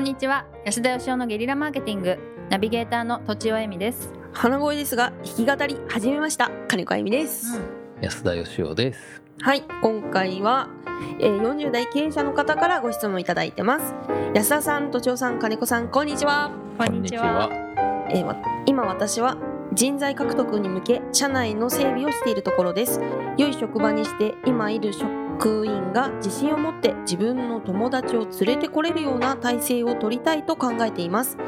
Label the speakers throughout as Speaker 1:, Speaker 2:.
Speaker 1: んにちは安田義雄のゲリラマーケティングナビゲーターの土地尾恵美です、
Speaker 2: 鼻声ですが弾き語り始めました金子あゆみです、
Speaker 3: 安田義雄です。
Speaker 2: はい今回は、えー、40代経営者の方からご質問いただいてます安田さん都庁さん金子さんこんにちは、
Speaker 1: こんにちは
Speaker 2: えーわ今私は人材獲得に向け社内の整備をしているところです良い職場にして今いる職員が自信を持って自分の友達を連れてこれるような体制を取りたいと考えています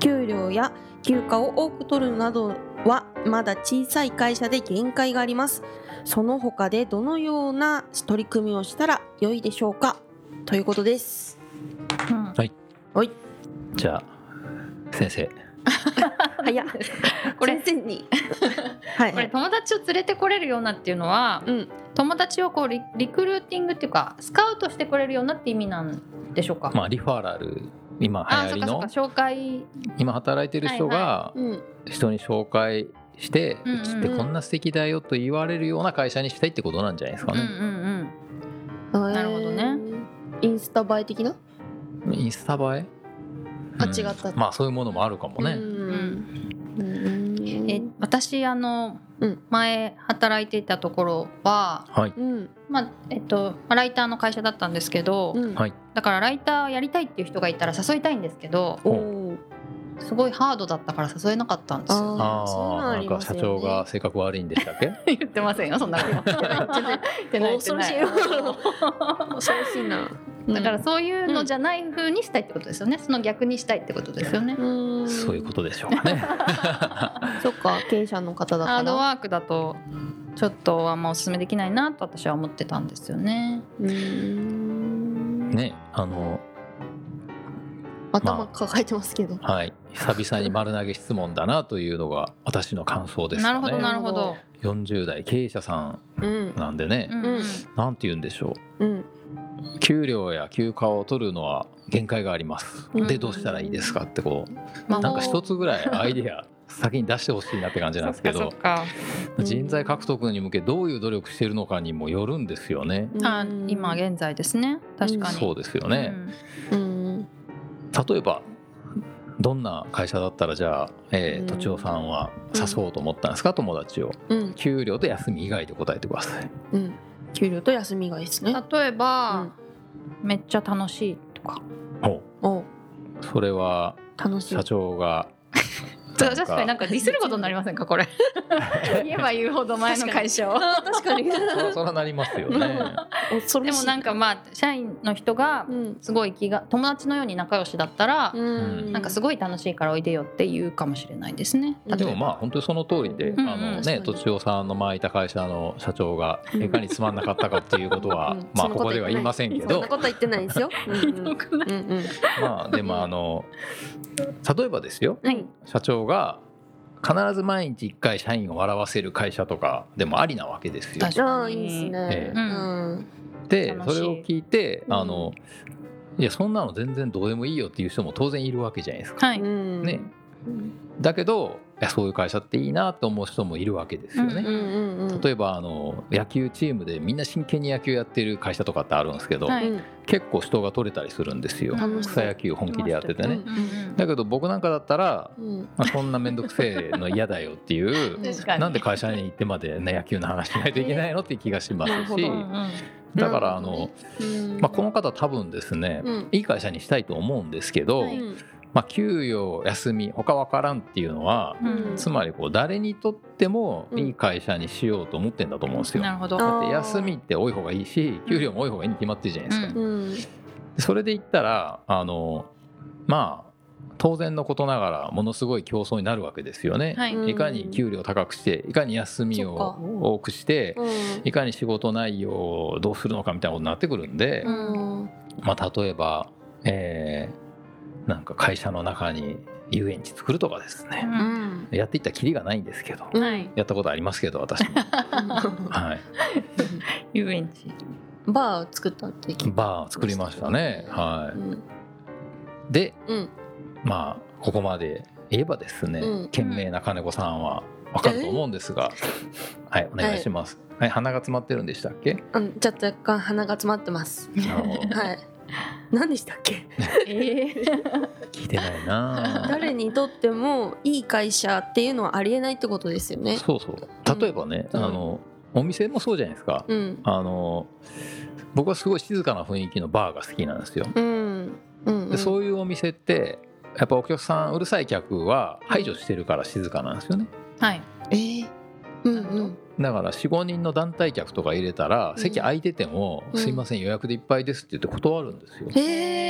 Speaker 2: 給料や休暇を多く取るなどはまだ小さい会社で限界がありますその他でどのような取り組みをしたら良いでしょうかということです
Speaker 1: うん
Speaker 2: はい
Speaker 3: じゃあ先生。
Speaker 2: 早っ
Speaker 1: これ
Speaker 2: 先生 にはい
Speaker 1: これ友達を連れてこれるようなっていうのは
Speaker 2: うん
Speaker 1: 友達をこうリリクルーティングっていうかスカウトしてくれるようなって意味なんでしょうか、
Speaker 3: まあリファーラル今流
Speaker 1: ああ
Speaker 3: 行
Speaker 1: そっ
Speaker 3: り
Speaker 1: かそ
Speaker 3: の
Speaker 1: っか紹介
Speaker 3: 今働いてる人が
Speaker 2: うん
Speaker 3: 人に紹介して、
Speaker 1: うんうん
Speaker 3: うちってこんな素敵だよと言われるような会社にしたいってことなんじゃないですか
Speaker 1: うんう
Speaker 3: ね。
Speaker 1: ん
Speaker 2: な
Speaker 1: るほどね
Speaker 2: インスタ映え的な
Speaker 3: インスタ映え？
Speaker 2: あ
Speaker 3: うん
Speaker 2: 違った
Speaker 3: まあそういうものもあるかもね。
Speaker 2: うん
Speaker 1: うんえ私あの、
Speaker 2: うん
Speaker 1: 前働いていたところは
Speaker 3: はい。
Speaker 2: うん
Speaker 1: まあえっとまあライターの会社だったんですけど、
Speaker 2: うん
Speaker 3: はい
Speaker 1: だからライターやりたいっていう人がいたら誘いたいんですけど
Speaker 2: おー
Speaker 1: すごいハードだったから誘えなかったんですよ
Speaker 2: あ
Speaker 3: あ
Speaker 2: ーそういうの
Speaker 3: あ
Speaker 2: あ
Speaker 3: なん
Speaker 2: り
Speaker 3: か
Speaker 2: ますよ
Speaker 3: 社
Speaker 2: ね
Speaker 3: 長が性格悪いんでしたっけ？
Speaker 1: 言ってませんよそんなこと 言ってない言って
Speaker 2: 恐ろ
Speaker 1: な
Speaker 2: しい
Speaker 1: い
Speaker 2: よ恐ろしいな
Speaker 1: だからそういうのじゃない風にしたいってことですよねその逆にしたいってことですよね
Speaker 2: うん
Speaker 3: そういうことでしょうか ね。
Speaker 2: そっか経営者の方だから
Speaker 1: ハードワークだとちょっとあんまおすすめできないなと私は思ってたんですよね
Speaker 2: うん
Speaker 3: ねあの
Speaker 2: 頭抱えてますけど、
Speaker 3: はい久々に丸投げ質問だなというのが私の感想ですか
Speaker 1: な
Speaker 3: ね。
Speaker 1: るほどなるほど
Speaker 3: 40代経営者さん
Speaker 2: うん
Speaker 3: なんでね、
Speaker 1: うんうん
Speaker 3: なんて言うんでしょ
Speaker 2: うん
Speaker 3: う給料や休暇を取るのは限界があります、
Speaker 2: うん
Speaker 3: でどうしたらいいですかってこう
Speaker 1: まあ
Speaker 3: なんか一つぐらいアイデア先に出してほしいなって感じなんですけ
Speaker 1: そ
Speaker 3: ど
Speaker 1: っか
Speaker 2: うん
Speaker 3: 人材獲得に向けどういう努力してるのかにもよるんですよね。
Speaker 1: そっかあ今現在ですね確かに
Speaker 3: そうですよね、
Speaker 2: うん
Speaker 3: 例えばどんな会社だったらじゃあ、えー、とちおさんは誘おうと思ったんですか友達を
Speaker 2: うん
Speaker 3: 給料と休み以外で答えてください
Speaker 2: うん給料と休みがいいです
Speaker 1: う
Speaker 2: ね
Speaker 1: ん例えば、
Speaker 2: う
Speaker 1: めっちゃ楽しいとか
Speaker 3: お
Speaker 2: んお
Speaker 3: それは
Speaker 2: 楽しい
Speaker 3: 社長 がなん
Speaker 1: 確かになんかディスることになりませんかこ れ言えば言うほど前の会社を
Speaker 2: 確 かに
Speaker 3: そらそらなりますよね。
Speaker 2: 恐ろし
Speaker 1: で
Speaker 2: い
Speaker 1: もなんかまあ社員の人が
Speaker 2: うん
Speaker 1: すごい気が友達のように仲良しだったら、
Speaker 2: うん
Speaker 1: なんかす
Speaker 2: ごい
Speaker 1: ごい楽しいからおいでよって言うかもしれないですね。
Speaker 2: うん
Speaker 3: でもまあ本当にその通りで、
Speaker 1: うんうん
Speaker 3: あ
Speaker 1: う
Speaker 3: の
Speaker 1: ん
Speaker 3: ね
Speaker 2: 確かに
Speaker 3: 栃尾さんの前いた会社の社長が
Speaker 2: うん
Speaker 3: いかにつまんなかったかっていうことは、
Speaker 2: うん
Speaker 3: まあ
Speaker 2: そんな
Speaker 3: こ
Speaker 2: と
Speaker 3: こでは言いませんけ
Speaker 2: そん
Speaker 3: ど
Speaker 2: なこと言ってないですよ、うんうんうんうん
Speaker 3: まあでもあの例えばですよ
Speaker 1: はい、
Speaker 3: 社長が必ず毎日1回社員を笑わせる会社とかでもありなわけですよ。
Speaker 1: 確
Speaker 2: ああいいですね
Speaker 3: え。
Speaker 1: え
Speaker 2: うん
Speaker 3: で
Speaker 1: 楽し
Speaker 3: そ
Speaker 1: い
Speaker 3: れを聞いて
Speaker 2: うん
Speaker 3: あのいやそんなの全然どうでもいいよっていう人も当然いるわけじゃないですか。
Speaker 1: はい、
Speaker 2: うん
Speaker 3: ね、だけどいやそういう会社っていいなと思う人もいるわけですよ
Speaker 1: う
Speaker 3: ね。
Speaker 1: ん
Speaker 2: うんうんうん。
Speaker 3: 例えばあの野球チームでみんな真剣に野球やってる会社とかってあるんですけど、
Speaker 1: はい
Speaker 2: うん
Speaker 3: 結構人が取れたりするんですよ、
Speaker 2: 楽しそ
Speaker 3: 草
Speaker 2: う
Speaker 3: 野球本気でやっててね、
Speaker 2: うん
Speaker 3: だけど僕なんかだったら、
Speaker 2: うん
Speaker 3: まあ、そんな面倒くせえの嫌だよっていう
Speaker 2: うん
Speaker 1: 確かに
Speaker 3: なんで会社に行ってまで、ね、野球の話しないといけないのって気がしま
Speaker 2: なる
Speaker 3: す
Speaker 2: ほ
Speaker 3: し
Speaker 2: ど
Speaker 1: うんうん
Speaker 3: だからあ
Speaker 2: なる
Speaker 3: の、
Speaker 2: うん
Speaker 3: まあ、この方多分ですね
Speaker 2: うん
Speaker 3: いい会社にしたいと思うんですけど、
Speaker 1: はい
Speaker 3: まあ、給与休み他わからんっていうのは
Speaker 1: うん
Speaker 3: つまりこう誰にとってもいい会社にしようと思ってんだと思うんですよ。
Speaker 1: なるほど。
Speaker 2: あ
Speaker 3: だって休みって多い方がいいし給料も多い方がいいに決まってるじゃないですか、
Speaker 1: うん
Speaker 2: うん
Speaker 3: それで言ったらあのまあ当然のことながらものすごい競争になるわけですよね、
Speaker 1: はい、う
Speaker 2: う
Speaker 1: んん
Speaker 3: い、かに給料高くしていかに休みを
Speaker 2: そっか
Speaker 3: 多くして
Speaker 2: うん
Speaker 3: いかに仕事内容をどうするのかみたいなことになってくるんで、
Speaker 2: うん
Speaker 3: まあ、例えば、えーなんか会社の中に遊園地作るとかですね、
Speaker 2: うん
Speaker 3: やっていったらキリがないんですけど、
Speaker 2: うん
Speaker 1: はい
Speaker 3: やったことありますけど私も、 はい、
Speaker 1: 遊園地。
Speaker 2: バーを作ったって聞い
Speaker 3: バー作りましたね。は
Speaker 2: た。
Speaker 3: い、
Speaker 2: うん
Speaker 3: で
Speaker 2: うん
Speaker 3: まあここまで言えばですね、
Speaker 2: うん
Speaker 3: 賢明な金子さんはわかると思うんですが、はいお願いします。はい、鼻が詰まってるんでしたっけ？
Speaker 2: あのちょっと若干鼻が詰まってます。
Speaker 3: なるほど。
Speaker 2: はい。何でしたっ け
Speaker 1: ええ
Speaker 3: 聞いてないな
Speaker 2: 誰にとってもいい会社っていうのはありえないってことですよね。
Speaker 3: そうそう例えばね、
Speaker 2: うん
Speaker 3: あのお店もそうじゃないですか、
Speaker 2: うん、
Speaker 3: あの僕はすごい静かな雰囲気のバーが好きなんですよ、
Speaker 2: うん、うん、う
Speaker 3: で
Speaker 2: ん、
Speaker 3: そういうお店ってやっぱお客さんうるさい客は排除してるから静かなんですよね
Speaker 1: はい
Speaker 2: えーうん、うん、
Speaker 3: だから45人の団体客とか入れたら
Speaker 2: うん
Speaker 3: 席空いてても「
Speaker 2: うん
Speaker 3: すいません予約でいっぱいです」って言って断るんですよ、
Speaker 2: えー、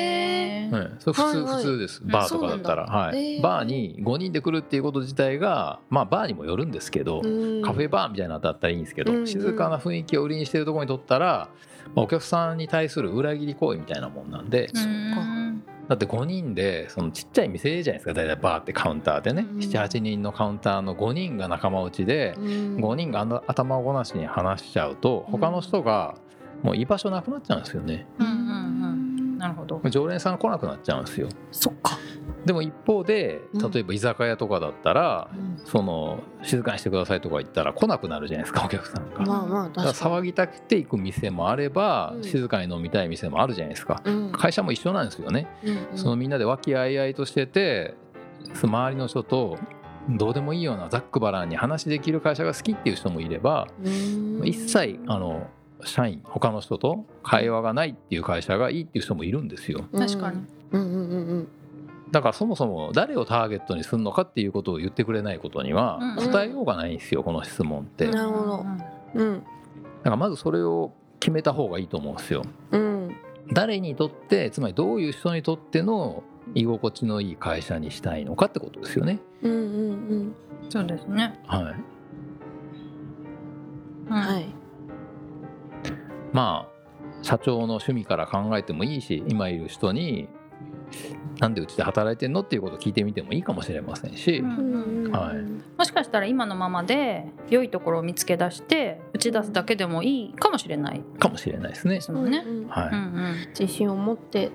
Speaker 1: え
Speaker 3: うん、それ普通、
Speaker 2: はいはい
Speaker 3: 普通ですバーとかだったら、はい
Speaker 2: へー
Speaker 3: バーに5人で来るっていうこと自体がまあバーにもよるんですけど、
Speaker 2: うん
Speaker 3: カフェバーみたいなのだったらいいんですけど、
Speaker 2: うんうん
Speaker 3: 静かな雰囲気を売りにしてるところにとったら、まあお客さんに対する裏切り行為みたいなもんなんで、
Speaker 1: う
Speaker 2: そっか
Speaker 1: ん
Speaker 3: だって5人でそのちっちゃい店じゃないですか大体バーってカウンターでね、
Speaker 2: うん
Speaker 3: 78人のカウンターの5人が仲間内で、
Speaker 2: うん
Speaker 3: 5人があの頭ごなしに話しちゃうと
Speaker 2: うん
Speaker 3: 他の人がもう居場所なくなっちゃうんですよね
Speaker 1: うんうんうんなるほど
Speaker 3: 常連さん来なくなっちゃうんですよ
Speaker 2: そっか、
Speaker 3: でも一方で
Speaker 2: うん
Speaker 3: 例えば居酒屋とかだったら、
Speaker 2: うん
Speaker 3: その静かにしてくださいとか言ったら来なくなるじゃないですかお客さんが。
Speaker 2: まあまあ
Speaker 3: だから
Speaker 2: 確か
Speaker 3: 騒ぎたくて行く店もあれば、
Speaker 2: うん
Speaker 3: 静かに飲みたい店もあるじゃないですか
Speaker 2: に、うん
Speaker 3: 会社も一緒なんですよね、
Speaker 2: うんうん
Speaker 3: そのみんなで和気あいあいとしててその周りの人とどうでもいいようなざっくばらんに話できる会社が好きっていう人もいれば、
Speaker 2: うん
Speaker 3: 一切あの社員他の人と会話がないっていう会社がいいっていう人もいるんですよ
Speaker 1: 確かに、
Speaker 2: うんうんうん
Speaker 3: だからそもそも誰をターゲットにするのかっていうことを言ってくれないことには
Speaker 1: うん
Speaker 3: 答えようがないんですよこの質問って
Speaker 2: うん
Speaker 3: だ
Speaker 2: なるほど
Speaker 1: うん
Speaker 2: うん
Speaker 3: からまずそれを決めた方がいいと思うんですよ
Speaker 2: うん
Speaker 3: 誰にとってつまりどういう人にとっての居心地のいい会社にしたいのかってことですよね
Speaker 2: うんうんうん
Speaker 1: そうですね、
Speaker 3: はい
Speaker 1: うん
Speaker 2: はい
Speaker 3: まあ社長の趣味から考えてもいいし今いる人になんでうちで働いてんのっていうことを聞いてみてもいいかもしれませんし、
Speaker 1: うん
Speaker 3: はい
Speaker 1: もしかしたら今のままで良いところを見つけ出して打ち出すだけでもいいかもしれない
Speaker 3: かもしれないですね
Speaker 1: で。すもんね。
Speaker 2: うんうん
Speaker 3: はい
Speaker 1: うんうん
Speaker 2: 自信を持って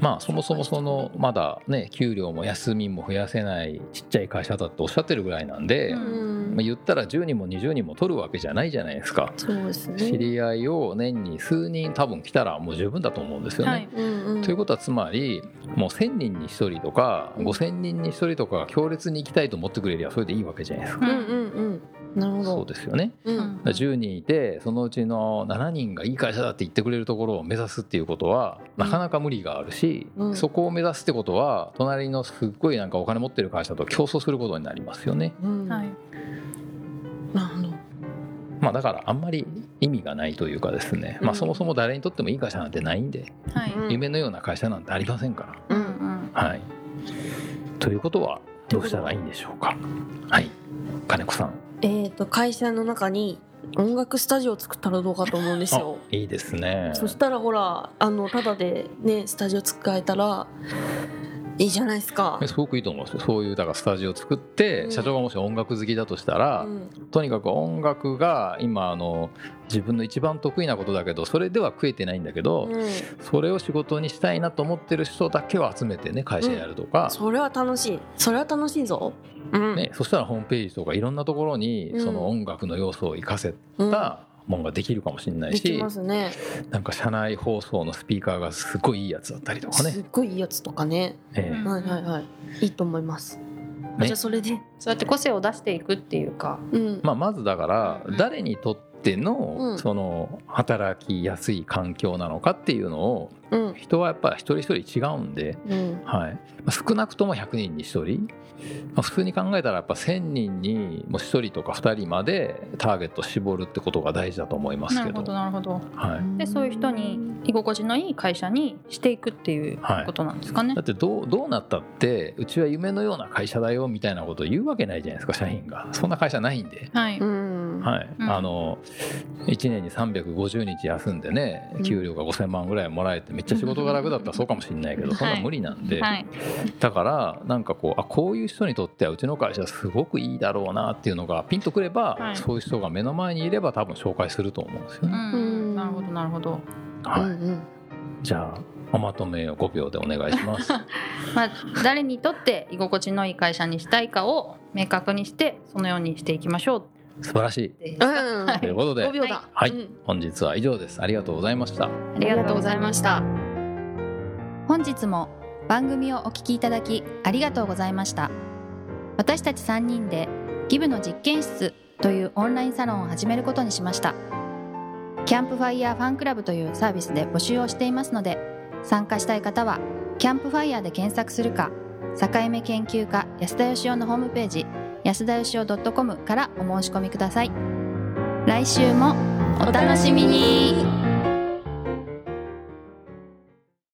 Speaker 3: まあそもそもそのまだね給料も休みも増やせないちっちゃい会社だっておっしゃってるぐらいなんで、
Speaker 1: うん
Speaker 3: まあ、言ったら10人も20人も取るわけじゃないじゃないですか。
Speaker 2: そうですね
Speaker 3: 知り合いを年に数人多分来たらもう十分だと思うんですよね。
Speaker 1: はい、
Speaker 2: うんうん
Speaker 3: ということはつまりもう1,000人に1人とか5,000人に1人とかが強烈に行きたいと思ってくれりゃそれでいいわけじゃないですか。
Speaker 1: う
Speaker 2: うんんうんうんなるほど
Speaker 3: そうですよね
Speaker 2: う
Speaker 1: うんん
Speaker 3: だから10人いてそのうちの7人がいい会社だって言ってくれるところを目指すっていうことはなかなか無理があるし、
Speaker 2: うん
Speaker 3: そこを目指すってことは隣のすっごいなんかお金持ってる会社と競争することになりますよね、
Speaker 2: うん
Speaker 1: は、
Speaker 2: ないるほど
Speaker 3: まあ、だからあんまり意味がないというかですね、ま
Speaker 2: う
Speaker 3: あ、
Speaker 2: ん
Speaker 3: そもそも誰にとってもいい会社なんてないんで、
Speaker 1: はい、
Speaker 2: うん
Speaker 3: 夢のような会社なんてありませんか
Speaker 1: う
Speaker 2: うん
Speaker 1: うんん、
Speaker 3: ら。はい、ということはどうしたらいいんでしょうか。はい金子さん
Speaker 2: えっと会社の中に音楽スタジオを作ったらどうかと思うんですよ
Speaker 3: あいいですね
Speaker 2: そしたらほらあのただでねスタジオ使えたらいいじゃないですか
Speaker 3: え。すごくいいと思いますよそういうだからスタジオを作って、
Speaker 2: うん
Speaker 3: 社長がもし音楽好きだとしたら、
Speaker 2: うん
Speaker 3: とにかく音楽が今あの自分の一番得意なことだけどそれでは食えてないんだけど、
Speaker 2: うん
Speaker 3: それを仕事にしたいなと思ってる人だけを集めてね会社やるとか、
Speaker 2: それは楽しい。それは楽しいぞ。うん。
Speaker 3: ね、そしたらホームページとかいろんなところに
Speaker 2: うん
Speaker 3: その音楽の要素を生かせ
Speaker 2: うん、
Speaker 3: たもんができるかもしれない
Speaker 2: でき
Speaker 3: し、
Speaker 2: ますね。
Speaker 3: なんか社内放送のスピーカーがすごいいいやつだったりとかね
Speaker 2: す。っごいいいやつとかね。
Speaker 3: え
Speaker 1: うん
Speaker 2: はいはいはい。いいと思います。
Speaker 3: ね
Speaker 2: じゃあそれで。
Speaker 1: そうやって個性を出していくっていうか、
Speaker 2: うん。
Speaker 3: えまあ、まずだから
Speaker 1: うん
Speaker 3: 誰にとって
Speaker 2: うん
Speaker 3: のその働きやすい環境なのかっていうのを
Speaker 2: うん。
Speaker 3: 人はやっぱ一人一人違うんで、
Speaker 2: うん。
Speaker 3: はい、まあ少なくとも100人に1人、まあ普通に考えたらやっぱ1,000人にもう1人とか2人までターゲットを絞るってことが大事だと思います
Speaker 1: な
Speaker 3: け
Speaker 1: るほ
Speaker 3: ど
Speaker 1: どなるほど。
Speaker 3: はい
Speaker 1: でそういう人に居心地のいい会社にしていくっていう
Speaker 3: はい
Speaker 1: ことなんですかね。
Speaker 3: だってどうどうなったってうちは夢のような会社だよみたいなことを言うわけないじゃないですか社員がそんな会社ないんで。
Speaker 1: はい、
Speaker 2: う
Speaker 1: うん
Speaker 2: ん。
Speaker 3: はい
Speaker 1: うん
Speaker 3: あの1年に350日休んでね
Speaker 2: うん
Speaker 3: 給料が5,000万ぐらいもらえてめっちゃ仕事が楽だったらそうかもしれないけど
Speaker 1: はい
Speaker 3: そんなん無理なんで、
Speaker 1: はい、
Speaker 3: だからなんかこうあこういう人にとってはうちの会社すごくいいだろうなっていうのがピンとくれば、
Speaker 1: はい
Speaker 3: そういう人が目の前にいれば多分紹介すると思うんですよ
Speaker 1: う
Speaker 3: ね、
Speaker 1: ん、なるほどなるほど。
Speaker 2: う
Speaker 3: はい、
Speaker 2: んうん。
Speaker 3: じゃあおまとめを5秒でお願いし ます
Speaker 1: まあ誰にとって居心地のいい会社にしたいかを明確にしてそのようにしていきましょう
Speaker 3: 素晴らしい
Speaker 1: です
Speaker 2: う
Speaker 1: あ
Speaker 2: ん。
Speaker 3: というこ
Speaker 2: 5
Speaker 3: とで
Speaker 2: 秒だ。
Speaker 3: はい
Speaker 2: うん
Speaker 3: 本日は以上ですありがとうございました
Speaker 1: りがとうございました。
Speaker 2: ました。
Speaker 1: 本日も番組をお聞きいただきありがとうございました私たち3人でギブの実験室というオンラインサロンを始めることにしましたキャンプファイヤーファンクラブというサービスで募集をしていますので参加したい方はキャンプファイヤーで検索するか境目研究家安田義雄のホームページ安田義雄 .com からお申し込みください来週もお楽しみに